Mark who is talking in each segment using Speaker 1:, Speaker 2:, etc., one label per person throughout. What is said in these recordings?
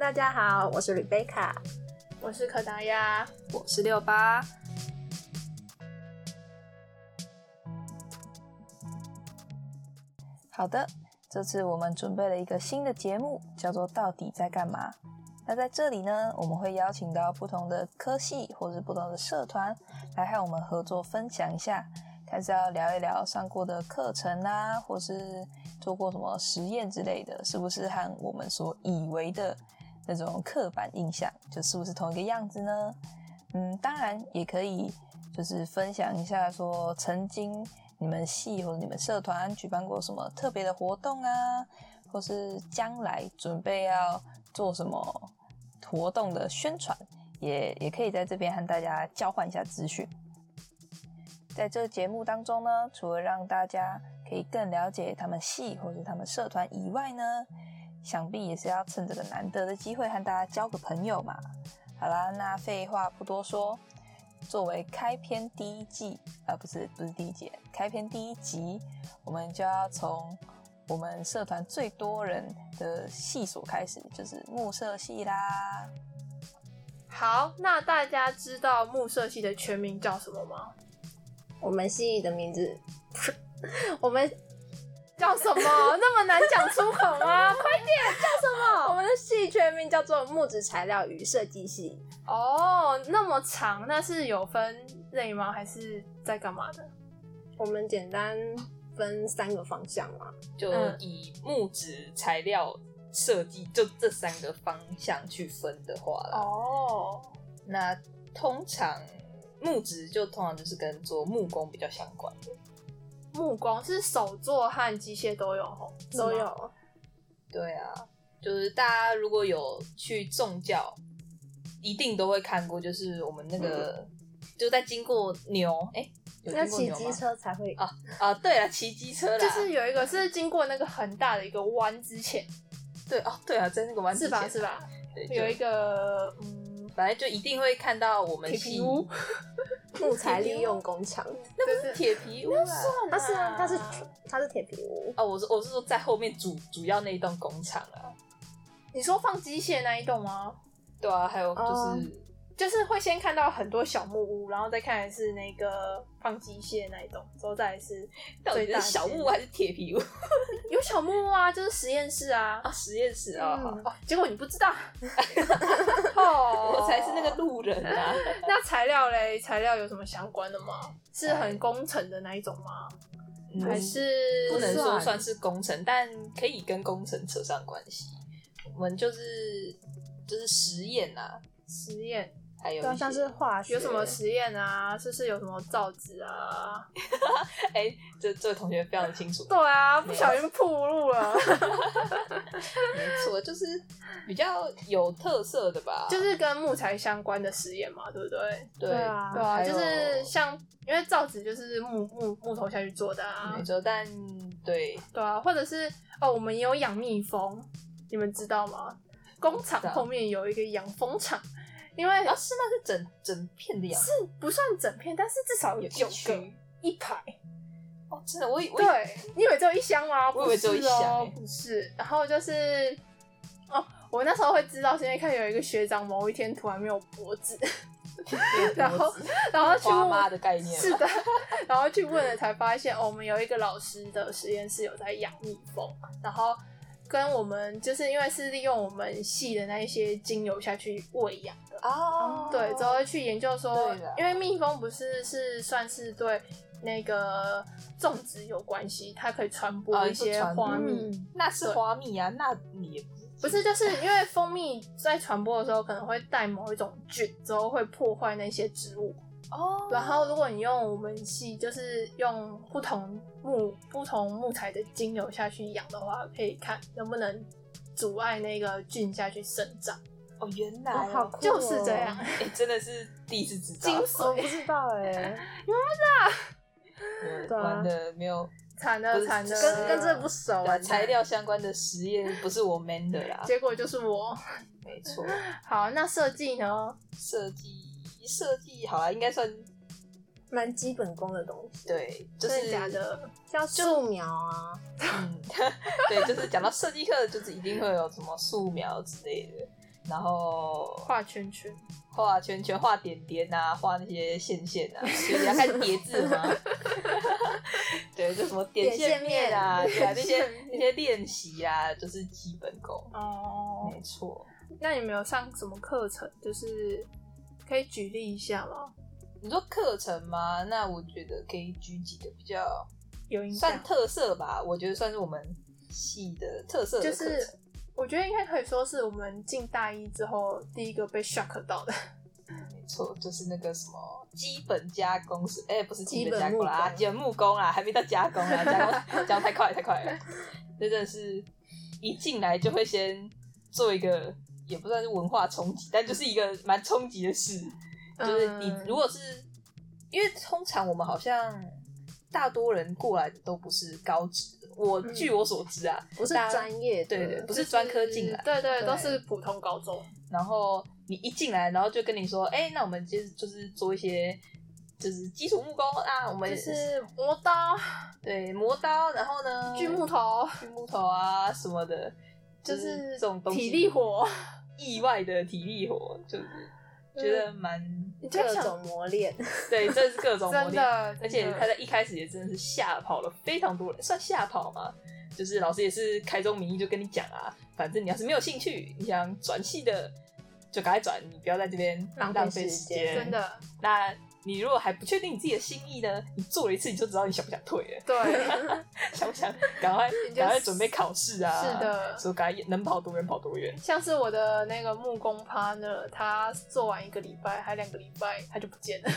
Speaker 1: 大家好，我是 Rebecca。
Speaker 2: 我是可达鸭，
Speaker 3: 我是六八。好的，这次我们准备了一个新的节目，叫做“到底在干嘛”。那在这里呢，我们会邀请到不同的科系或是不同的社团来和我们合作分享一下，看是要聊一聊上过的课程啊，或是做过什么实验之类的，是不是和我们所以为的那种刻板印象，就是不是同一个样子呢？嗯，当然也可以，就是分享一下说曾经你们系或者你们社团举办过什么特别的活动啊，或是将来准备要做什么活动的宣传，也也可以在这边和大家交换一下资讯。在这个节目当中呢，除了让大家可以更了解他们系或者他们社团以外呢，想必也是要趁这个难得的机会和大家交个朋友嘛。好啦，那废话不多说，作为开篇第一季，啊，不是不是第一季，开篇第一集，我们就要从我们社团最多人的系所开始，就是木社系啦。
Speaker 2: 好，那大家知道木社系的全名叫什么吗？
Speaker 1: 我们系的 名字，我们
Speaker 2: 叫什 么？那么难讲出口吗？快
Speaker 1: 我们的系全名叫做木质材料与设计系。
Speaker 2: 哦，那么长，那是有分类吗？还是在干嘛的？
Speaker 1: 我们简单分三个方向嘛，
Speaker 4: 就
Speaker 2: 嗯
Speaker 4: 以木质材料设计就这三个方向去分的话啦，
Speaker 2: 哦，
Speaker 4: 那通常木质就通常就是跟做木工比较相关的，
Speaker 2: 木工是手作和机械都有吼，
Speaker 1: 是吗
Speaker 2: 都有。
Speaker 4: 对啊，就是大家如果有去种教，一定都会看过，就是我们那个、就在经过牛，哎、有
Speaker 1: 要
Speaker 4: 经过
Speaker 1: 骑
Speaker 4: 牛
Speaker 1: 机
Speaker 4: 吗？
Speaker 1: 车才会
Speaker 4: 啊啊，对啊了，骑机车啦，
Speaker 2: 就是有一个是经过那个很大的一个弯之前，
Speaker 4: 对哦，对啊，在那个弯之
Speaker 2: 是吧？
Speaker 4: 前
Speaker 2: 是？吧？
Speaker 4: 对，就
Speaker 2: 有一个嗯，
Speaker 4: 反正就一定会看到我们
Speaker 2: 皮
Speaker 4: 系
Speaker 2: 皮屋，
Speaker 1: 木材利用工厂。
Speaker 2: 那不是
Speaker 4: 铁皮屋啦。
Speaker 1: 它是啊，它是它是铁皮屋，
Speaker 4: 哦，我是我是说在后面主主要那一栋工厂啊，
Speaker 2: 你说放机械那一栋吗？
Speaker 4: 对啊，还有就是、
Speaker 1: 哦
Speaker 2: 就是会先看到很多小木屋，然后再看的是那个放机械那一栋，之后再来是
Speaker 4: 到
Speaker 2: 最
Speaker 4: 底
Speaker 2: 大
Speaker 4: 是
Speaker 2: 间
Speaker 4: 小木还是铁皮屋
Speaker 2: 有小木屋啊，就是实验室啊。
Speaker 4: 啊？实验室啊，好
Speaker 1: 嗯
Speaker 2: 哦，结果你不 知道，哦，
Speaker 4: 我才是那个。路人啊。
Speaker 2: 那材料嘞？材料有什么相关的吗？是
Speaker 4: 哎
Speaker 2: 很工程的那一种吗？
Speaker 4: 嗯
Speaker 2: 还是
Speaker 4: 不能说算是工程，但可以跟工程扯上关系。我们就是就是实验啊，
Speaker 2: 实验？
Speaker 4: 还有
Speaker 1: 对啊，
Speaker 4: 一
Speaker 1: 像
Speaker 4: 些
Speaker 1: 是化学
Speaker 2: 有什么实验啊？是不是有什么造纸啊？
Speaker 4: 哎，这这位同学非常清楚，
Speaker 2: 对啊，不小心暴露 了，
Speaker 4: 没错，就是比较有特色的吧，
Speaker 2: 就是跟木材相关的实验嘛，对不对？
Speaker 4: 对
Speaker 1: 对啊
Speaker 2: 对啊，
Speaker 4: 还
Speaker 2: 就
Speaker 4: 有
Speaker 2: 是像因为造纸就是木木木头下去做的啊
Speaker 4: 没，错，但对
Speaker 2: 对啊，或者是哦，我们也有养蜜蜂，你们知道吗？工厂
Speaker 4: 知道
Speaker 2: 后面有一个养蜂场，因为
Speaker 4: 然后啊是那是整整片的样子，
Speaker 2: 不算整片，但是至少有
Speaker 4: 有
Speaker 2: 九
Speaker 4: 一
Speaker 2: 个
Speaker 4: 区
Speaker 2: 一排。
Speaker 4: 哦，真的，我以我以
Speaker 2: 对，你以为只有一箱吗？
Speaker 4: 我以为只有一箱
Speaker 2: 不是哦
Speaker 4: 欸
Speaker 2: 不是。然后就是哦，我那时候会知道，是因为看有一个学长某一天突然没有脖子，然后然后去
Speaker 4: 花
Speaker 2: 问
Speaker 4: 妈的概念，
Speaker 2: 是，的，然后去问了才发现，哦，我们有一个老师的实验室有在养蜜蜂，然后跟我们就是因为是利用我们系的那一些精油下去喂养的，
Speaker 4: 哦，
Speaker 2: 嗯对，之后去研究说
Speaker 4: 对啦，
Speaker 2: 因为蜜蜂不是是算是对那个种植有关系，它可以传播
Speaker 4: 哦
Speaker 2: 一些
Speaker 4: 传播
Speaker 2: 花蜜，
Speaker 1: 嗯，
Speaker 4: 那是花蜜啊，那你也
Speaker 2: 不是，就是因为蜂蜜在传播的时候可能会带某一种菌，之后会破坏那些植物。
Speaker 4: 哦
Speaker 2: 然后，如果你用我们系，就是用不同木不同木材的精油下去养的话，可以看能不能阻碍那个菌下去生长，
Speaker 4: 哦，原
Speaker 1: 哇
Speaker 4: 来
Speaker 1: 好
Speaker 4: 哦
Speaker 1: 酷哦，
Speaker 2: 就是这样。
Speaker 4: 哎，真的是第一次知
Speaker 2: 精
Speaker 4: 道，
Speaker 1: 我不
Speaker 2: 髓
Speaker 1: 知道哎，
Speaker 4: 我
Speaker 1: 对啊
Speaker 4: 玩的没有
Speaker 2: 惨了
Speaker 4: 不是
Speaker 2: 惨了，
Speaker 1: 跟跟这不熟
Speaker 4: 对啊
Speaker 1: 啊，
Speaker 4: 材料相关的实验，不是我 man 的啦，
Speaker 2: 结果就是我。
Speaker 4: 没错，
Speaker 2: 好，那设计呢？
Speaker 4: 设计设计好啊了，应该算
Speaker 1: 蛮基本功的东西，，
Speaker 4: 对，就
Speaker 2: 真
Speaker 4: 是
Speaker 2: 的假的？
Speaker 1: 像素描啊，
Speaker 4: 嗯，对，就是讲到设计课，就是一定会有什么素描之类的。然后
Speaker 2: 画圈圈，
Speaker 4: 画圈圈、画点点啊，画那些线线啊，就是要看叠字嘛。 对，就什么点线面啊，对啊，那些那些练习啊，就是基本功。
Speaker 2: 哦
Speaker 4: 没错，
Speaker 2: 那你们有上什么课程？就是可以举例一下吗？
Speaker 4: 你说课程吗？那我觉得可以举几个比较
Speaker 2: 有影响
Speaker 4: 算？特色吧，我觉得算是我们系的特色的
Speaker 2: 就
Speaker 4: 课程。
Speaker 2: 是我觉得应该可以说是我们进大一之后第一个被 shock 到的。
Speaker 4: 没错，就是那个什么基本加工是，哎、不是基本
Speaker 1: 基本
Speaker 4: 加工啦，
Speaker 1: 木工
Speaker 4: 啊基本木工啦， 还没到加工啦，加工加工太快了太快了，这真的是一进来就会先做一个，也不算是文化冲击，但就是一个蛮冲击的事，就是你
Speaker 2: 嗯
Speaker 4: 如果是因为通常我们好像大多人过来都不是高职，我、
Speaker 2: 嗯
Speaker 4: 据我所知啊，
Speaker 1: 不是
Speaker 4: 大家
Speaker 1: 专业的，
Speaker 4: 对对，不是专科进来，
Speaker 2: 对对，
Speaker 4: 对
Speaker 2: 都是普通高中。
Speaker 4: 然后你一进来，然后就跟你说，哎、那我们就是就是做一些就是基础木工啊，我们、
Speaker 2: 就是磨刀、
Speaker 4: 对磨刀，然后呢
Speaker 2: 锯木头，
Speaker 4: 锯木头啊什么的，
Speaker 2: 就
Speaker 4: 就是
Speaker 2: 是
Speaker 4: 这种东西
Speaker 2: 体力活，
Speaker 4: 意外的体力活，就是觉得蛮、
Speaker 2: 你就
Speaker 1: 各
Speaker 2: 想
Speaker 1: 种磨 练，
Speaker 4: 对，这是各种磨
Speaker 2: 真
Speaker 4: 练，
Speaker 2: 的，
Speaker 4: 而且
Speaker 2: 真的
Speaker 4: 他在一开始也真的是吓跑了非常多人，算吓跑吗？就是老师也是开宗明义就跟你讲啊，反正你要是没有兴趣，你想转系的就赶快转，你不要在这边
Speaker 1: 浪费
Speaker 4: 浪费
Speaker 1: 时
Speaker 4: 时
Speaker 1: 间
Speaker 4: 间，
Speaker 2: 真的
Speaker 4: 那你如果还不确定你自己的心意呢，你做了一次你就知道你想不想退了，
Speaker 2: 对，
Speaker 4: 想不想赶快
Speaker 2: 你就
Speaker 4: 赶快准备考试啊？
Speaker 2: 是的
Speaker 4: 所以赶快能跑多远跑多远。
Speaker 2: 像是我的那个木工 partner，他做完一个礼拜还两个礼拜，他就不见了。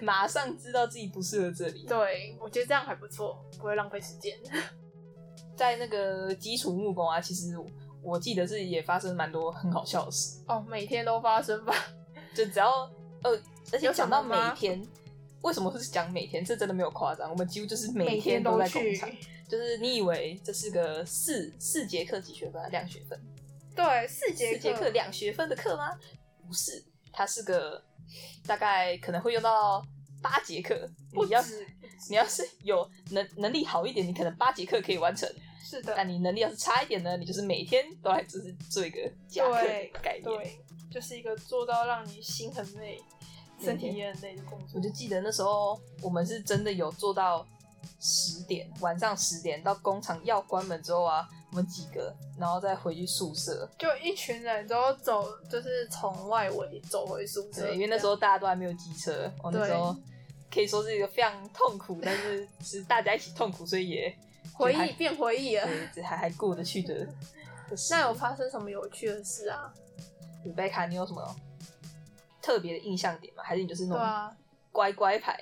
Speaker 4: 马上知道自己不适合这里。
Speaker 2: 对，我觉得这样还不错，不会浪费时间。
Speaker 4: 在那个基础木工啊，其实我我记得是也发生蛮多很好笑的事，
Speaker 2: 哦，每天都发生吧。
Speaker 4: 就只要呃，而且
Speaker 2: 有什
Speaker 4: 讲
Speaker 2: 么
Speaker 4: 到每
Speaker 2: 吗
Speaker 4: 天。为什么是讲每天？这真的没有夸张，我们几乎就是
Speaker 2: 每
Speaker 4: 天
Speaker 2: 都
Speaker 4: 在工
Speaker 2: 去，
Speaker 4: 厂。就是你以为这是个四四节课几学分啊？两学分。
Speaker 2: 对，四
Speaker 4: 四节课两学分的课吗？不是，它是个大概可能会用到八节课。
Speaker 2: 不
Speaker 4: 你要
Speaker 2: 止
Speaker 4: 你要是有能能力好一点，你可能八节课可以完成；
Speaker 2: 是
Speaker 4: 那
Speaker 2: 的，
Speaker 4: 你能力要是差一点呢，你就是每天都来就是做一个加课的
Speaker 2: 对
Speaker 4: 概念。
Speaker 2: 对，就是一个做到让你心很累、
Speaker 4: 每
Speaker 2: 身体
Speaker 4: 天
Speaker 2: 也很累的工
Speaker 4: 我
Speaker 2: 作
Speaker 4: 就。记得那时候我们是真的有做到十点，晚上十点到工厂要关门之后啊，我们几个然后再回去宿舍，
Speaker 2: 就一群人都走，就是从外围走回宿舍，
Speaker 4: 对，因为那时候大家都还没有机车，我那时候可以说是一个非常痛苦，但是 是大家一起痛苦，所以也
Speaker 2: 回
Speaker 4: 还
Speaker 2: 忆变回忆了。
Speaker 4: 对这还还过得去的。 的事
Speaker 2: 那有发生什么有趣的事啊？
Speaker 4: 鲁贝卡，你有什么特别的印象点吗？还是你就是
Speaker 2: 对
Speaker 4: 那种
Speaker 2: 啊，
Speaker 4: 乖乖牌，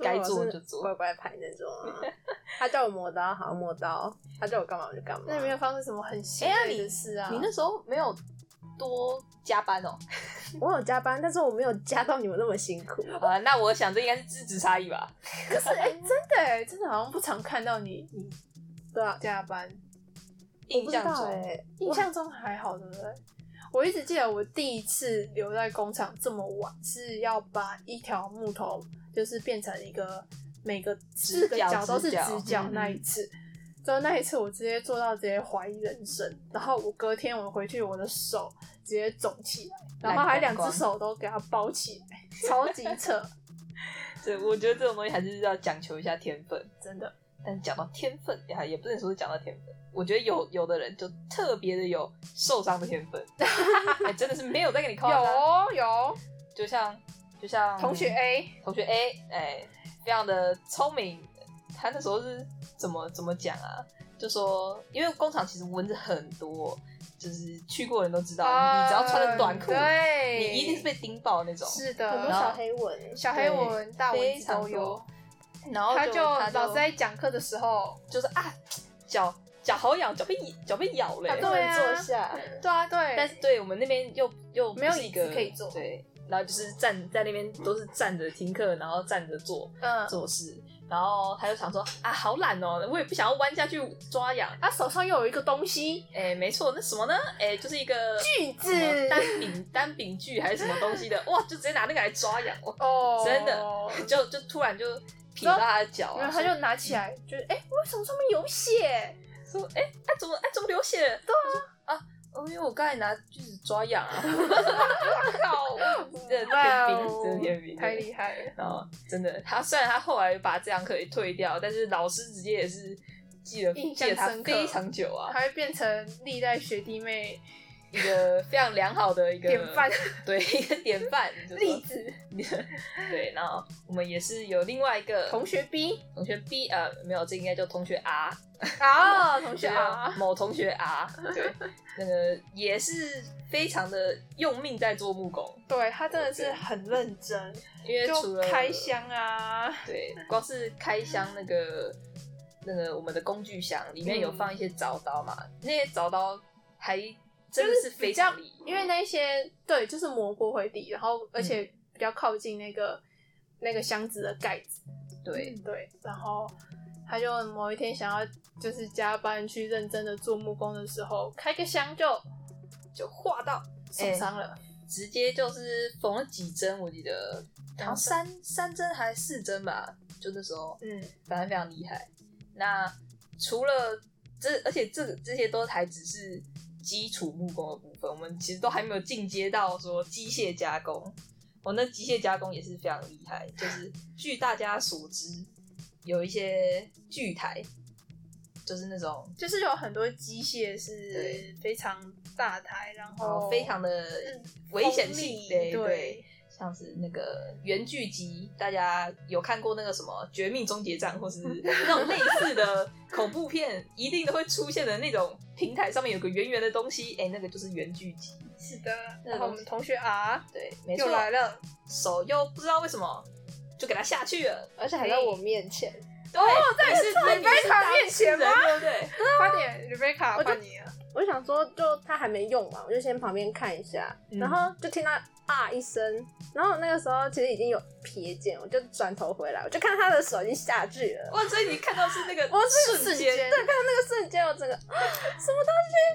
Speaker 4: 该做就做
Speaker 1: 乖？乖牌那种啊。 他叫我磨刀，好磨刀；他叫我干嘛我就干嘛。
Speaker 2: 那有没有发生什么很心
Speaker 4: 哎呀
Speaker 2: 累
Speaker 4: 你
Speaker 2: 的事啊？
Speaker 4: 你那时候没有多加班哦。
Speaker 1: 我有加班，但是我没有加到你们那么辛苦。
Speaker 4: 啊、那我想这应该是资质差异吧。
Speaker 2: 可是哎、真的哎、真的好像不常看到你你
Speaker 1: 对啊，
Speaker 2: 加班，
Speaker 4: 印象
Speaker 1: 我不知道
Speaker 4: 中，
Speaker 1: 欸
Speaker 2: 印象中还好，对不对？我一直记得我第一次留在工厂这么晚，是要把一条木头就是变成一个每个四个
Speaker 4: 角
Speaker 2: 角都是
Speaker 4: 直角
Speaker 2: 直角
Speaker 4: 嗯
Speaker 2: 那一次。之后那一次我直接做到直接怀疑人生，然后我隔天我回去我的手直接肿起来，然后还
Speaker 4: 蓝
Speaker 2: 两
Speaker 4: 光光
Speaker 2: 只手都给它包起来，超级扯，
Speaker 4: 对，我觉得这种东西还是要讲求一下天分。
Speaker 2: 真的。
Speaker 4: 但是讲到天分，也还也不能说是讲到天分。我觉得有有的人就特别的有受伤的天 分，哎真的是没有在跟你
Speaker 2: 有
Speaker 4: 夸张。
Speaker 2: 哦有，
Speaker 4: 就像就像
Speaker 2: 同学 A
Speaker 4: 同学 A，哎、非常的聪明。他那时候是怎么怎么讲啊？就说因为工厂其实蚊子很多，就是去过的人都知道，啊你你只要穿着短裤，
Speaker 2: 啊对，
Speaker 4: 你一定是被叮爆那种。
Speaker 2: 是的，
Speaker 1: 很多
Speaker 4: 然后
Speaker 1: 小黑蚊，
Speaker 2: 小黑蚊、大蚊
Speaker 4: 非
Speaker 2: 子
Speaker 4: 常
Speaker 2: 都
Speaker 4: 多
Speaker 2: 有。
Speaker 4: 然后
Speaker 2: 他
Speaker 4: 就
Speaker 2: 就
Speaker 4: 哦他
Speaker 2: 老师在讲课的时候，
Speaker 4: 就是啊，脚脚好痒，脚被脚被咬了、
Speaker 2: 啊
Speaker 1: 他不能坐下，
Speaker 2: 对啊，对，
Speaker 4: 但是对我们那边又又不
Speaker 2: 没有
Speaker 4: 是一
Speaker 2: 椅
Speaker 4: 个
Speaker 2: 子可以坐
Speaker 4: 对，然后就是站在那边都是站着听课，然后站着做
Speaker 2: 嗯，
Speaker 4: 做事，然后他就想说啊，好懒哦，我也不想要弯下去抓痒。啊
Speaker 2: 他手上又有一个东西，
Speaker 4: 哎，没错，那什么呢？哎，就是一个
Speaker 2: 锯子
Speaker 4: 什么单柄单柄锯还是什么东西的，哇，就直接拿那个来抓痒，哇，
Speaker 2: 哦，
Speaker 4: 真的 就就突然就劈到他的脚、啊，
Speaker 2: 然后他就拿起来，就是哎，为什么上面有血？
Speaker 4: 说，哎，哎、怎么哎、怎么流血了？对啊，啊，哦，因为我刚才拿锯子抓痒 啊！靠，这
Speaker 2: 哇
Speaker 4: 天
Speaker 2: 哦
Speaker 4: 兵，这天兵，
Speaker 2: 太厉害了！
Speaker 4: 然后真的，他虽然他后来把这堂课也退掉，但是老师直接也是记得
Speaker 2: 印
Speaker 4: 记
Speaker 2: 象
Speaker 4: 得他
Speaker 2: 深刻
Speaker 4: 非常久啊，
Speaker 2: 还会变成历代学弟妹
Speaker 4: 一个非常良好的一个
Speaker 2: 典范，
Speaker 4: 对一个典范就
Speaker 2: 例
Speaker 4: 是
Speaker 2: 子。
Speaker 4: 说 对，然后我们也是有另外一个
Speaker 2: 同学 B
Speaker 4: 同学 B 呃没有，这应该叫同学 R，
Speaker 2: 啊，同学
Speaker 4: 啊，
Speaker 2: 啊，
Speaker 4: 某同学 R，对，那个也是非常的用命在做木工，
Speaker 2: 对他真的是很认真，
Speaker 4: 因为除
Speaker 2: 就
Speaker 4: 了
Speaker 2: 开箱啊，
Speaker 4: 对，光是开箱那个那个我们的工具箱里面有放一些凿刀嘛，那些凿刀还真的是非常厉害，
Speaker 2: 因为那些对就是磨过灰底，然后而且
Speaker 4: 嗯
Speaker 2: 比较靠近那个、那个箱子的盖子，
Speaker 4: 对
Speaker 2: 对，然后他就某一天想要就是加班去认真的做木工的时候，开个箱就就划到受伤
Speaker 4: 哎
Speaker 2: 了，
Speaker 4: 直接就是缝了几针，我记得好像三三针还是四针吧，就那时候
Speaker 2: 嗯，
Speaker 4: 反正非常厉害。那除了这，而且这个这些都还只是基础木工的部分，我们其实都还没有进阶到说机械加工。我、那机械加工也是非常厉害， 就是据大家所知，有一些锯台，就是那种
Speaker 2: 就是有很多机械
Speaker 4: 对
Speaker 2: 是非常大台，然
Speaker 4: 呃
Speaker 2: 后
Speaker 4: 非常的危险性
Speaker 2: 哦嗯锋，利
Speaker 4: 对
Speaker 2: 对
Speaker 4: 对，像是那个原剧集，大家有看过那个什么《绝命终结战》，或是那种类似的恐怖片，一定都会出现的那种平台上面有个圆圆的东西，哎、那个就是原剧集。
Speaker 2: 是的。
Speaker 4: 那
Speaker 2: 然后我
Speaker 4: 东西
Speaker 2: 们同学 R
Speaker 4: 对，没错
Speaker 2: 又，来了，
Speaker 4: 手又不知道为什么就给它下去了。
Speaker 1: 而且还在我面前，
Speaker 4: 对，哦，在是在
Speaker 2: 你被卡面前吗
Speaker 4: 对不对？
Speaker 2: 快点，Rebecca
Speaker 1: 我就
Speaker 2: 换你啊了，
Speaker 1: 我想说就他还没用嘛，我就先旁边看一下，
Speaker 4: 嗯
Speaker 1: 然后就听到啊一声，然后那个时候其实已经有瞥见，我就转头回来，我就看他的手已经下去了。
Speaker 4: 哇，所以你看到是那个
Speaker 1: 我是
Speaker 4: 瞬
Speaker 1: 对，
Speaker 4: 间
Speaker 1: 看，到那个瞬间，我整个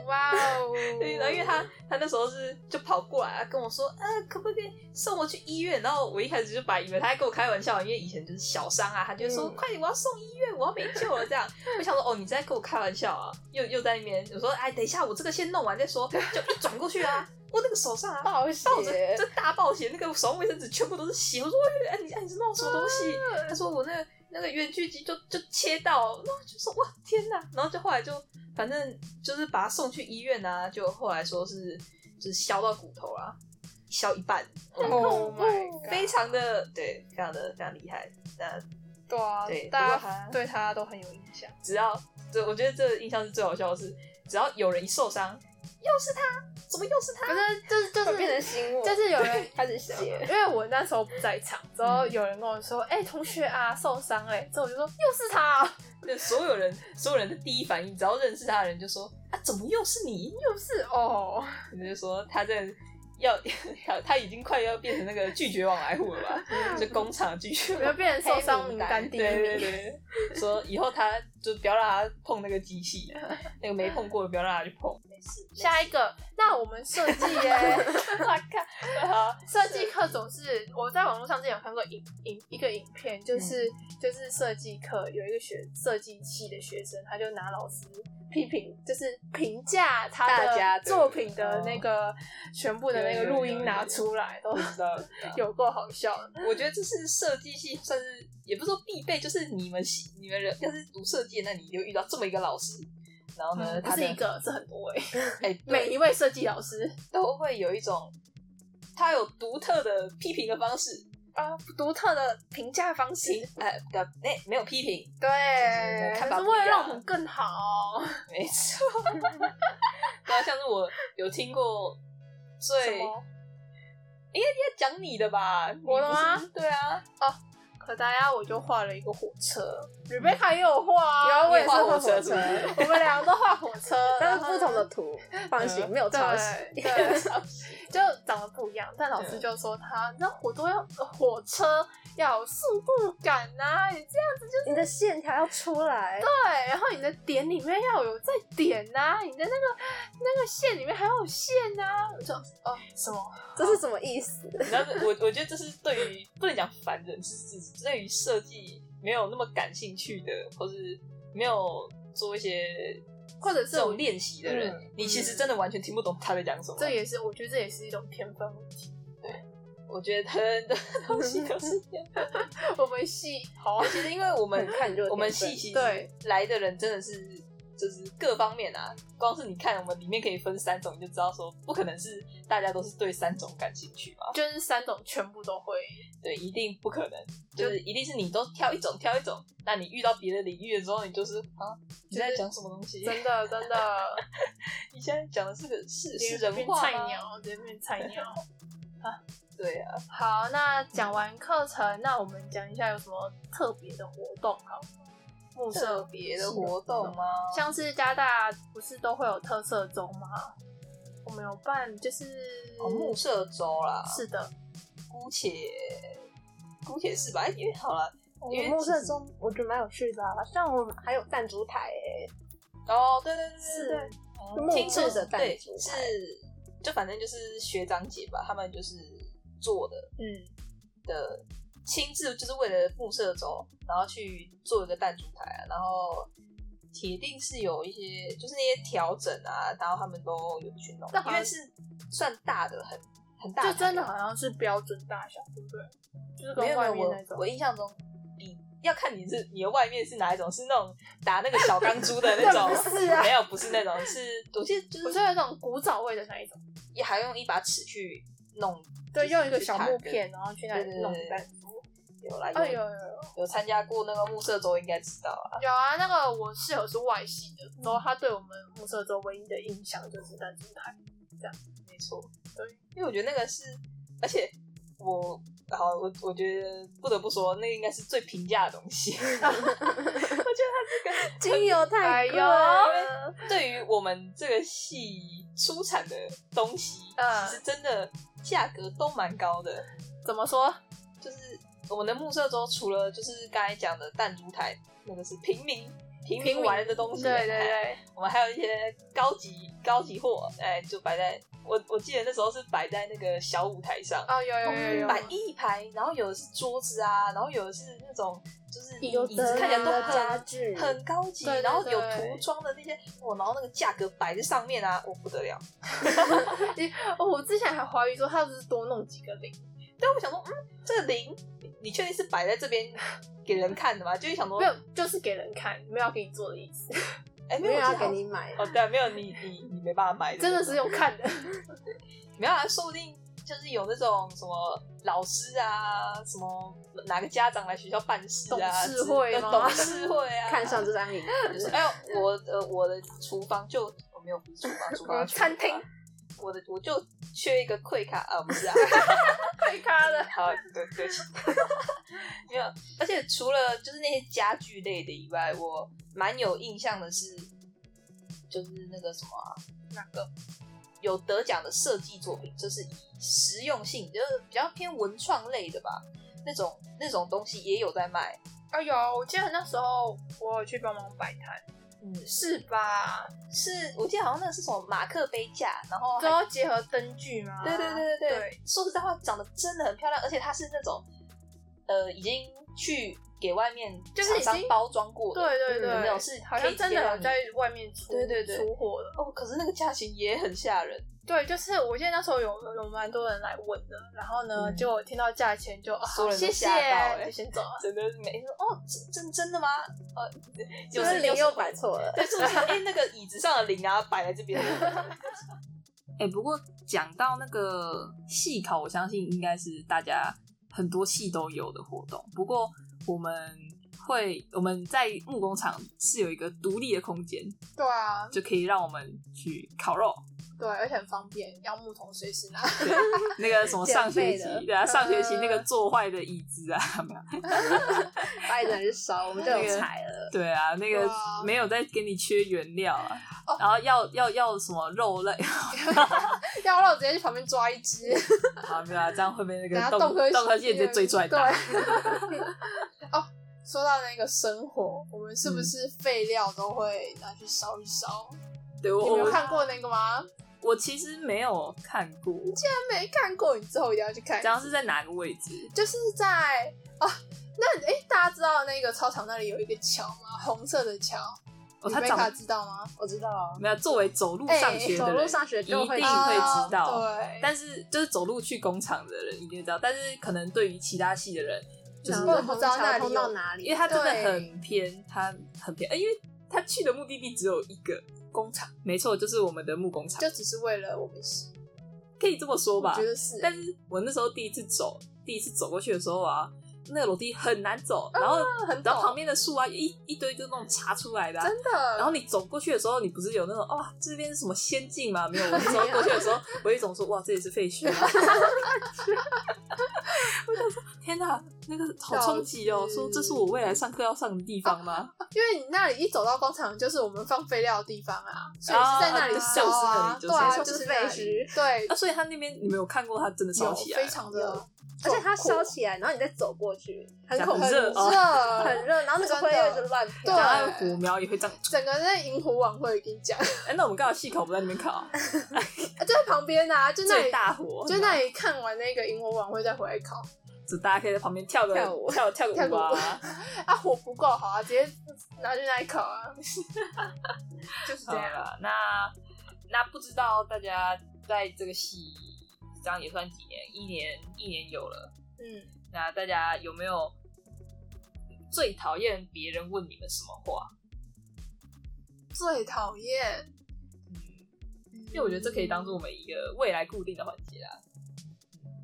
Speaker 2: 哇哦！
Speaker 4: 对，然后因为他他那时候是就跑过来跟我说，啊，可不可以送我去医院？然后我一开始就把以为他在跟我开玩笑，因为以前就是小伤啊，他就说、
Speaker 1: 嗯
Speaker 4: 快点，我要送医院，我要没救了这样。我想说哦，你在跟我开玩笑啊？又又在那边我说哎，等一下我这个先弄完再说，就一转过去啊，我那个手上啊。
Speaker 1: 爆
Speaker 4: 抱着
Speaker 1: 血，
Speaker 4: 这大暴血，那个手上卫生纸全部都是血。我说：“哎、你哎，你是弄什么东西？”
Speaker 2: 啊
Speaker 4: 他说：“我那个那个远距机就就切到。”然后就说：“哇，天哪！”然后就后来就反正就是把他送去医院啊，就后来说是就是削到骨头啦，削一半，
Speaker 2: Oh my god！
Speaker 4: 非常的对，非常的非常厉害。那
Speaker 2: 对啊
Speaker 4: 对，
Speaker 2: 大
Speaker 4: 不过他
Speaker 2: 家对他都很有印象。
Speaker 4: 只要这，我觉得这个印象是最好笑的是，只要有人一受伤，又是他，怎么又是他？
Speaker 2: 可是就是就
Speaker 1: 会
Speaker 2: 是
Speaker 1: 变成醒我，
Speaker 2: 就是有人，
Speaker 1: 开始血，
Speaker 2: 因为我那时候不在场，之后
Speaker 4: 嗯
Speaker 2: 有人跟我说：“哎，同学啊，受伤嘞。”之后我就说：“又是他，
Speaker 4: 那所有人， 所有人的第一反应，只要认识他的人就说啊，怎么又是你？
Speaker 2: 又是哦。
Speaker 4: 你就说他这要 他他已经快要变成那个拒绝往来户了吧？ 就工厂拒” 绝
Speaker 2: 我就
Speaker 4: 往。
Speaker 2: 变成受伤名单第一
Speaker 4: 对对
Speaker 2: 名。
Speaker 4: 对，说以后他就不要让他碰那个机器， 那个没碰过的不要让他去碰。没事，
Speaker 2: 下一个，那我们设计 耶，呃
Speaker 4: 我靠，
Speaker 2: 设计课总是我在网络上之前有看过影影一个影片，就是、
Speaker 4: 嗯
Speaker 2: 就是设计课有一个学设计系的学生，他就拿老师批评，就是评价他
Speaker 1: 大家
Speaker 2: 的
Speaker 1: 的
Speaker 2: 作品的那
Speaker 4: 嗯
Speaker 2: 个全部的那
Speaker 4: 有
Speaker 2: 个
Speaker 4: 有有
Speaker 2: 录音
Speaker 4: 有
Speaker 2: 拿出来，都
Speaker 4: 我知道，
Speaker 2: 有够好笑的。
Speaker 4: 我觉得这是设计系算是也不是说必备，就是你们系你们人要是读设计的，那你就遇到这么一个老师，然后呢，
Speaker 2: 嗯不
Speaker 4: 他
Speaker 2: 是
Speaker 4: 的
Speaker 2: 一个，是很多哎、
Speaker 4: 哎，对
Speaker 2: 每一位设计老师
Speaker 4: 都会有一种他有独特的批评的方式，
Speaker 2: 啊，独特的评价方式，
Speaker 4: 评呃不哎、没有批评，
Speaker 2: 对，
Speaker 4: 看法
Speaker 2: 是
Speaker 4: 不一
Speaker 2: 为了
Speaker 4: 样
Speaker 2: 让我们更好。
Speaker 4: 没错。 然后像是我有听过
Speaker 2: 什
Speaker 4: 最应
Speaker 2: 么？
Speaker 4: 该讲你的吧，你
Speaker 2: 我的吗
Speaker 4: 不是？对啊，
Speaker 2: 可大家我就画了一个火车，Rebecca 也有画啊，
Speaker 1: 嗯然后我也
Speaker 4: 你
Speaker 1: 是
Speaker 4: 画
Speaker 1: 会
Speaker 4: 火车是
Speaker 1: 火
Speaker 4: 不
Speaker 1: 车，
Speaker 4: 是
Speaker 2: 我们两个都画火车，
Speaker 1: 但是不同的图放行，没有抄 袭。
Speaker 2: 嗯对，对就长得不一样。但老师就说他，那火都要呃火车要有速度感啊，你这样
Speaker 1: 你的线条要出来，
Speaker 4: 啊
Speaker 2: 对，然后你的点里面要有再点呐、你的那个那个线里面还要有线呐、我就哦什么？
Speaker 1: 这是什么意思？
Speaker 4: 你知道这我我觉得这是对于不能讲凡人，是是对于设计没有那么感兴趣的，或是没有做一些
Speaker 2: 或者是
Speaker 4: 这种练习的人，
Speaker 2: 嗯
Speaker 4: 你其实真的完全听不懂他在讲什么。
Speaker 2: 这也是我觉得这也是一种天分问题。
Speaker 4: 我觉得很多东西都是这样。
Speaker 2: 我们系 好啊，
Speaker 4: 其实因为我们
Speaker 1: 很看就有
Speaker 4: 我们
Speaker 1: 天分
Speaker 4: 系其实
Speaker 2: 对
Speaker 4: 来的人真的是就是各方面啊，光是你看我们里面可以分三种，你就知道说不可能是大家都是对三种感兴趣嘛。
Speaker 2: 就是三种全部都会。
Speaker 4: 对，一定不可能，就是一定是你都挑一种挑一种。那你遇到别的领域的时候，你就是啊，你在讲什么东西？
Speaker 2: 真的真 的，
Speaker 4: 你现在讲的是个是是
Speaker 2: 直接
Speaker 4: 人
Speaker 2: 变
Speaker 4: 话
Speaker 2: 菜
Speaker 4: 吗？
Speaker 2: 鸟，直接变菜鸟。
Speaker 4: 对啊，
Speaker 2: 好，那讲完课程，那我们讲一下有什么特别的活动好了？目
Speaker 4: 特
Speaker 2: 社
Speaker 4: 别的活动吗？
Speaker 2: 像是加拿大不是都会有特色周吗？我们有办，就是
Speaker 4: 哦，木社周啦，
Speaker 2: 是的，
Speaker 4: 姑且姑且是吧？因为好了，
Speaker 1: 我
Speaker 4: 因为
Speaker 1: 们暮
Speaker 4: 其
Speaker 1: 色
Speaker 4: 实
Speaker 1: 中我觉得蛮有趣的、啊，像我们还有弹珠台、欸，
Speaker 4: 哦，对对对对
Speaker 1: 是
Speaker 4: 对
Speaker 1: 是
Speaker 4: 嗯，
Speaker 1: 木
Speaker 4: 听说
Speaker 1: 质的弹
Speaker 4: 对
Speaker 1: 珠
Speaker 4: 是
Speaker 1: 台，
Speaker 4: 就反正就是学长姐吧，他们就是做的
Speaker 2: 嗯，
Speaker 4: 的亲自就是为了木社周，然后去做一个弹珠台啊、然后铁定是有一些就是那些调整啊，然后他们都有去弄
Speaker 2: 但，好
Speaker 4: 因
Speaker 2: 像
Speaker 4: 为是算大的很很大台
Speaker 2: 就
Speaker 4: 啊，
Speaker 2: 真的好像是标准大小，对不对？就是
Speaker 4: 没
Speaker 2: 跟
Speaker 4: 有没
Speaker 2: 外
Speaker 4: 有，
Speaker 2: 面
Speaker 4: 我
Speaker 2: 那种
Speaker 4: 我。印象中比要看你是你的外面是哪一种，是那种打那个小钢珠的那
Speaker 1: 这不
Speaker 4: 种，
Speaker 1: 是啊
Speaker 4: 没有不是那种，是我记得就
Speaker 2: 我
Speaker 4: 是
Speaker 2: 是有一种古早味的那一种，
Speaker 4: 也还用一把尺去弄，就
Speaker 2: 对，
Speaker 4: 是
Speaker 2: 用一个
Speaker 4: 去
Speaker 2: 小
Speaker 4: 弹
Speaker 2: 木
Speaker 4: 的
Speaker 2: 片，，然后去那
Speaker 4: 对
Speaker 2: 里
Speaker 4: 对
Speaker 2: 弄
Speaker 4: 对
Speaker 2: 蛋。
Speaker 4: 对有啦，
Speaker 2: 哎
Speaker 4: 有
Speaker 2: 有有有
Speaker 4: 有参加过那个木社周，应该知道啦。
Speaker 2: 有啊，那个我室友是外系的，然后他对我们木社周唯一的印象就是弹珠台。
Speaker 4: 没错，
Speaker 2: 对，
Speaker 4: 因为我觉得那个是，而且我。然后我我觉得不得不说，那个应该是最平价的东西。
Speaker 1: 精油
Speaker 4: 哎
Speaker 1: 太贵了，
Speaker 4: 对于我们这个系出产的东西，
Speaker 2: 嗯
Speaker 4: 其实真的价格都蛮高的。
Speaker 2: 怎么说？
Speaker 4: 就是我们的暮色周，除了就是刚才讲的弹珠台，那个是平民平民玩的东西，
Speaker 2: 对对
Speaker 4: 哎
Speaker 2: 对，
Speaker 4: 我们还有一些高级高级货，哎，就摆在我我记得那时候是摆在那个小舞台上，
Speaker 2: 哦有 有有有有，
Speaker 4: 摆一排，然后有的是桌子啊，然后有的是那种就是椅
Speaker 1: 有
Speaker 4: 子，
Speaker 1: 的
Speaker 4: 看起来都
Speaker 1: 有家
Speaker 4: 很
Speaker 1: 具，
Speaker 4: 很高级，
Speaker 2: 啊对对
Speaker 4: 然后有
Speaker 2: 对
Speaker 4: 涂装的那些，哇，然后那个价格摆在上面啊，我不得了。
Speaker 2: 哦，我之前还怀疑说他是不是多弄几个零，
Speaker 4: 但我想说，嗯，这个零，你你确定是摆在这边给人看的吗？就是想说
Speaker 2: 没，有，就是给人看，没有要给你做的意思，
Speaker 4: 哎，
Speaker 1: 没有
Speaker 4: 我
Speaker 1: 要
Speaker 4: 记得
Speaker 1: 给你买，
Speaker 4: 哦，对、啊，没有你，你你没办法买，
Speaker 2: 真的是用看的。
Speaker 4: 没有啊，说不定就是有那种什么老师啊，什么哪个家长来学校办事啊，
Speaker 2: 董事会吗
Speaker 4: 之董事会啊，
Speaker 1: 看上这张椅子，
Speaker 4: 就是哎呦，我呃我的厨房就我没有不是厨房，厨
Speaker 2: 我
Speaker 4: 房
Speaker 2: 的嗯餐厅，
Speaker 4: 我的我就缺一个溃卡啊，不是啊，
Speaker 2: 太咖了，
Speaker 4: 好，对对 不起，没有。而且除了就是那些家具类的以外，我蛮有印象的是，就是那个什么、啊，那个有得奖的设计作品，就是以实用性，就是比较偏文创类的吧，那种那种东西也有在卖。
Speaker 2: 啊有，我记得那时候我有去帮忙摆摊，
Speaker 4: 嗯，
Speaker 2: 是吧？
Speaker 4: 是我记得好像那个是什么马克杯架，然哦后还
Speaker 2: 最后结合灯具吗？
Speaker 4: 对对对对对，
Speaker 2: 对
Speaker 4: 说实在话，长得真的很漂亮，而且它是那种呃已经去给外面
Speaker 2: 就是已
Speaker 4: 厂
Speaker 2: 经
Speaker 4: 商包装过的，
Speaker 2: 对对对，
Speaker 4: 有没有是
Speaker 2: 好
Speaker 4: 可
Speaker 2: 像
Speaker 4: 以
Speaker 2: 真
Speaker 4: 直接
Speaker 2: 的
Speaker 4: 让
Speaker 2: 有
Speaker 4: 你
Speaker 2: 在外面出
Speaker 4: 对对对
Speaker 2: 出货的。
Speaker 4: 哦，可是那个价钱也很吓人，
Speaker 2: 对，就是我记得那时候有有有蛮多人来问的，然后呢，
Speaker 4: 嗯
Speaker 2: 结果听到价钱就啊，
Speaker 4: 所有人都
Speaker 2: 谢谢
Speaker 4: 吓到欸，
Speaker 2: 就先走了。
Speaker 4: 真的没说哦，真真真的吗？呃，
Speaker 1: 就
Speaker 4: 有
Speaker 1: 是
Speaker 4: 是有
Speaker 1: 零又摆错了，
Speaker 4: 对，是不是？哎、那个椅子上的铃啊，摆在这边。 哎、不过讲到那个系考，我相信应该是大家很多系都有的活动。不过我们会我们在木工厂是有一个独立的空间，
Speaker 2: 对啊，
Speaker 4: 就可以让我们去烤肉。
Speaker 2: 对，而且很方便，要木桶随时拿。
Speaker 4: 对，那个什么上学期
Speaker 1: 免费的，
Speaker 4: 对啊，上 学期那个坐坏的椅子啊，没有
Speaker 1: 摆着去烧，我们就有柴了。
Speaker 4: 对啊，那个
Speaker 2: 哇
Speaker 4: 没有再给你缺原料啊，然后要要要什么肉类，
Speaker 2: 要让我直接去旁边抓一只，
Speaker 4: 好，没有啊，这样会被那
Speaker 2: 拿
Speaker 4: 个
Speaker 2: 动
Speaker 4: 动
Speaker 2: 科系
Speaker 4: 动科系直接追出来
Speaker 2: 对
Speaker 4: 打。。
Speaker 2: 哦，说到那个生活，我们是
Speaker 4: 嗯
Speaker 2: 不是废料都会拿去烧一烧？
Speaker 4: 对
Speaker 2: 你
Speaker 4: 我
Speaker 2: 们有
Speaker 4: 我
Speaker 2: 看过那个吗？
Speaker 4: 我其实没有看过，
Speaker 2: 那没看过，你之后一定要去看一
Speaker 4: 这
Speaker 2: 下。
Speaker 4: 样是在哪个位置？
Speaker 2: 就是在哦，那哎、诶大家知道那个操场那里有一个桥吗？红色的桥，
Speaker 4: 哦，
Speaker 2: 你哎
Speaker 4: 他
Speaker 2: 贝
Speaker 4: 长
Speaker 2: 卡
Speaker 4: 得
Speaker 2: 知道吗？
Speaker 1: 我知道 啊，
Speaker 4: 没有作为走路上学的
Speaker 1: 走
Speaker 4: 人，
Speaker 1: 路上学
Speaker 4: 一定
Speaker 1: 就
Speaker 4: 会
Speaker 1: 会
Speaker 4: 知
Speaker 1: 知道
Speaker 4: 道。
Speaker 2: 啊对，
Speaker 4: 但是就是走路去工厂的人一定知道，但是可能对于其他系的人，就是
Speaker 1: 然
Speaker 2: 根
Speaker 1: 后
Speaker 2: 本不知道
Speaker 1: 虹桥
Speaker 2: 那里
Speaker 1: 通
Speaker 2: 有
Speaker 1: 到哪里，
Speaker 4: 因为他真的
Speaker 2: 嗯对
Speaker 4: 很偏，他很偏，呃因为他去的目的地只有一个工厂，没错，就是我们的木工厂，
Speaker 2: 就只是为了我们洗，
Speaker 4: 可以这么说
Speaker 2: 我
Speaker 4: 吧
Speaker 2: 觉。得是。
Speaker 4: 但是我那时候第一次走，第一次走过去的时候啊，那个楼梯很难走，然后、
Speaker 2: 啊很
Speaker 4: 然后
Speaker 2: 陡
Speaker 4: 旁边的树啊，一一堆就那种查出来的、啊，
Speaker 2: 真的，
Speaker 4: 然后你走过去的时候，你不是有那种哇、这边是什么仙境吗？没 有，我那时候过去的时候，我有一种说哇，这里是废墟吗？我 想说，天哪，那个好冲击哦！
Speaker 2: 笑死
Speaker 4: 说这是我未来上课要上的地方吗？
Speaker 2: 因为你那里一走到工厂，就是我们放废料的地方啊，所以
Speaker 4: 啊
Speaker 2: 是在
Speaker 1: 哦
Speaker 2: 那里烧啊，
Speaker 4: 就是
Speaker 2: 对啊，
Speaker 4: 就是
Speaker 2: 就是
Speaker 1: 废
Speaker 2: 那里
Speaker 1: 墟，
Speaker 2: 对
Speaker 4: 啊，，所以他那边你没有看过，他真的烧
Speaker 2: 有
Speaker 4: 起来
Speaker 2: 非
Speaker 4: 了，
Speaker 2: 常的
Speaker 1: 有而且它烧起来，然后你再走过去，很恐怖
Speaker 4: 很，热哦
Speaker 2: 热，
Speaker 1: 很热，然后那个
Speaker 2: 真的
Speaker 1: 灰又一直乱
Speaker 2: 对
Speaker 1: 飘。
Speaker 4: 然后还有啊火苗也会这样。
Speaker 2: 整个那萤火晚会，我跟你讲， 啊
Speaker 4: 哎，那我们刚好系考不在那边考，啊
Speaker 2: 就在旁边啊，就 那
Speaker 4: 最
Speaker 2: 里。
Speaker 4: 大火，
Speaker 2: 就那里看完那个萤火晚会再回来烤，
Speaker 4: 就大家可以在旁边跳个
Speaker 1: 跳舞
Speaker 4: 跳跳个
Speaker 2: 跳
Speaker 4: 舞
Speaker 2: 个舞
Speaker 4: 啊，
Speaker 2: 啊火不够好啊，直接拿去那里烤啊， 就是这
Speaker 4: 好
Speaker 2: 样。
Speaker 4: 了，那那不知道大家在这个系这样也算几年？一年一年有了。
Speaker 2: 嗯，
Speaker 4: 那大家有没有最讨厌别人问你们什么话？
Speaker 2: 最讨厌，
Speaker 4: 因为我觉得这可以当做我们一个未来固定的环节啦，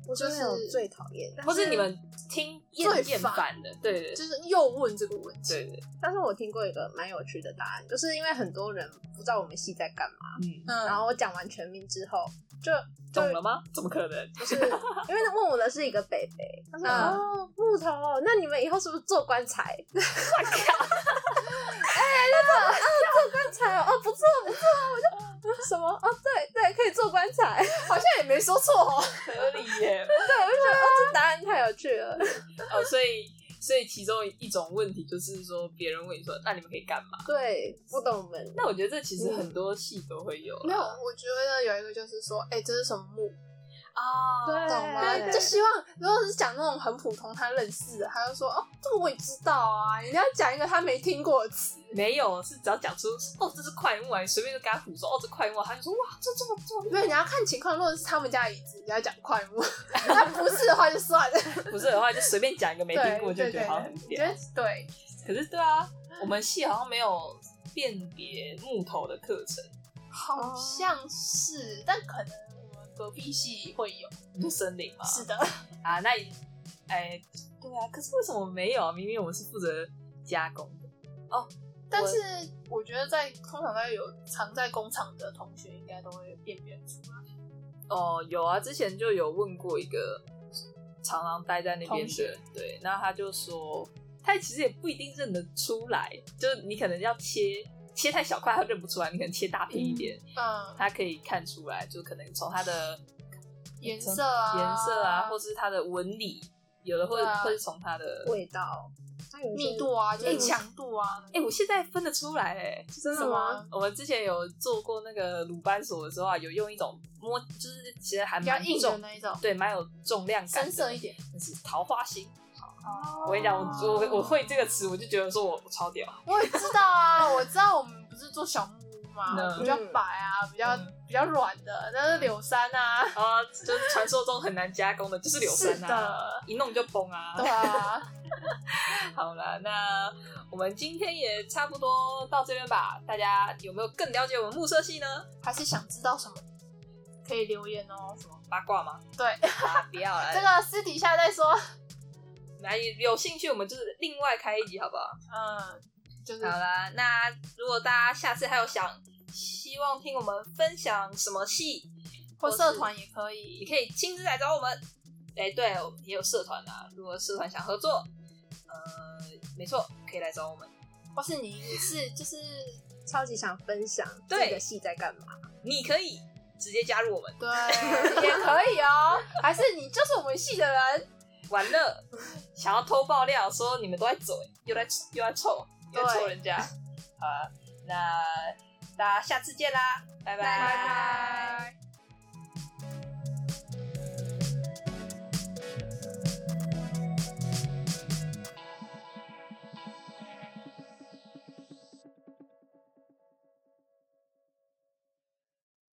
Speaker 1: 我
Speaker 2: 就
Speaker 1: 真
Speaker 2: 是
Speaker 1: 的有最讨厌，但
Speaker 4: 或是你们听厌
Speaker 2: 最
Speaker 4: 厌
Speaker 2: 烦
Speaker 4: 烦的，对对
Speaker 2: 就是又问这个问题，
Speaker 4: 对对，
Speaker 1: 但是我听过一个蛮有趣的答案，就是因为很多人不知道我们系在干嘛，
Speaker 4: 嗯，
Speaker 2: 嗯，
Speaker 1: 然后我讲完全名之后，就就
Speaker 4: 懂了吗？怎么可能？
Speaker 1: 就是因为问我的是一个北北，他说、
Speaker 2: 嗯
Speaker 1: 哦木头，那你们以后是不是做棺材？ 哎我靠！哎，那哦种啊做棺材哦，哦不错不错，我就什么哦对对，可以做棺材，
Speaker 2: 好像也没说错哦，
Speaker 4: 合理耶！
Speaker 1: 对我就觉得、哦这答案太有趣了，
Speaker 4: 哦，所以所以其中一种问题就是说，别人问你说，那你们可以干嘛？
Speaker 1: 对，不懂门，
Speaker 4: 那我觉得这其实很多戏都会有啦，
Speaker 2: 没有，我觉得有一个就是说，哎、这是什么木，
Speaker 4: 啊，
Speaker 1: 对
Speaker 2: 懂吗？
Speaker 1: 对
Speaker 2: 就希望如果是讲那种很普通他认识的，他就说哦，这个我也知道啊。你要讲一个他没听过的词，
Speaker 4: 没有，是只要讲出哦，这是快木啊，你随便就跟他胡说哦，这快木啊，他就说哇，这这么这么
Speaker 2: 因为你要看情况。如果是他们家的椅子，你要讲快木； 那不是的话就算了。
Speaker 4: 不是的话，就随便讲一个 没
Speaker 2: 对
Speaker 4: 听过
Speaker 2: 对
Speaker 4: 就
Speaker 2: 对，
Speaker 4: 觉得好像很
Speaker 2: 我觉
Speaker 4: 屌
Speaker 2: 得。对，
Speaker 4: 可是对啊，我们系好像没有辨别木头的课程，
Speaker 2: 好像是，但可能我们隔壁系会有。
Speaker 4: 你说森林嘛
Speaker 2: 是的，
Speaker 4: 啊，那也哎对啊，可是为什么没有啊？明明我们是负责加工的，
Speaker 2: 但是我觉得在通常在有常在工厂的同学，应该都会辨别出来。
Speaker 4: 哦，有啊，之前就有问过一个常常待在那边
Speaker 2: 同
Speaker 4: 的
Speaker 2: 学，
Speaker 4: 对，那他就说，他其实也不一定认得出来，就是你可能要切切太小块，他认不出来，你可能切大片一点，
Speaker 2: 嗯，
Speaker 4: 他可以看出来，就可能从它的
Speaker 2: 颜色啊，
Speaker 4: 颜色啊，或是它的纹理，有的会、
Speaker 2: 对啊
Speaker 4: 会是从它的。
Speaker 1: 味道，它有一些
Speaker 2: 密度啊，就是
Speaker 1: 嗯
Speaker 2: 强度啊，
Speaker 4: 哎、我现在分得出来哎、
Speaker 1: 真的吗？
Speaker 4: 我们之前有做过那个鲁班锁的时候啊，有用一种摸，就是其实还
Speaker 2: 比较
Speaker 4: 蛮
Speaker 2: 硬的
Speaker 4: 重，
Speaker 2: 那一种，
Speaker 4: 对，蛮有重量感的，
Speaker 2: 深色一点。
Speaker 4: 就是桃花心。哦我跟你讲，我我我会这个词，我就觉得说我我超屌。
Speaker 2: 我也知道啊，我知道我们不是做小木屋嘛，
Speaker 4: 嗯
Speaker 2: 比较白啊，比较
Speaker 4: 嗯
Speaker 2: 比较软的，那是柳杉啊，
Speaker 4: 啊，就是传说中很难加工的，就是 柳
Speaker 2: 是
Speaker 4: 杉啊，
Speaker 2: 的，
Speaker 4: 一弄就崩啊。
Speaker 2: 对啊，
Speaker 4: 好了，那我们今天也差不多到这边吧。大家有没有更了解我们木色系呢？
Speaker 2: 还是想知道什么可以留言哦。
Speaker 4: 什么八卦吗？
Speaker 2: 对，
Speaker 4: 啊，不要了。
Speaker 2: 这个私底下再说。
Speaker 4: 来有兴趣，我们就是另外开一集，好不好？
Speaker 2: 嗯，就是
Speaker 4: 好啦，那如果大家下次还有想希望听我们分享什么戏，
Speaker 2: 或
Speaker 4: 是
Speaker 2: 社团也可
Speaker 4: 你
Speaker 2: 以。
Speaker 4: 可以亲自来找我们。哎、对，我们也有社团啊，如果社团想合作，呃，没错，可以来找我们。
Speaker 2: 或是你是就是
Speaker 1: 超级想分享
Speaker 4: 对
Speaker 1: 这个系在干嘛，
Speaker 4: 你可以直接加入我们，
Speaker 2: 对也可以哦，还是你就是我们系的人，
Speaker 4: 玩乐，想要偷爆料，说你们都在嘴，又在又在臭，又在臭人家。好啊，那大家下次见啦，拜拜
Speaker 2: 拜拜。